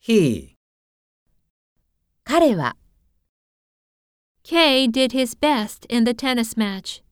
He, 彼は Kay did his best in the tennis match.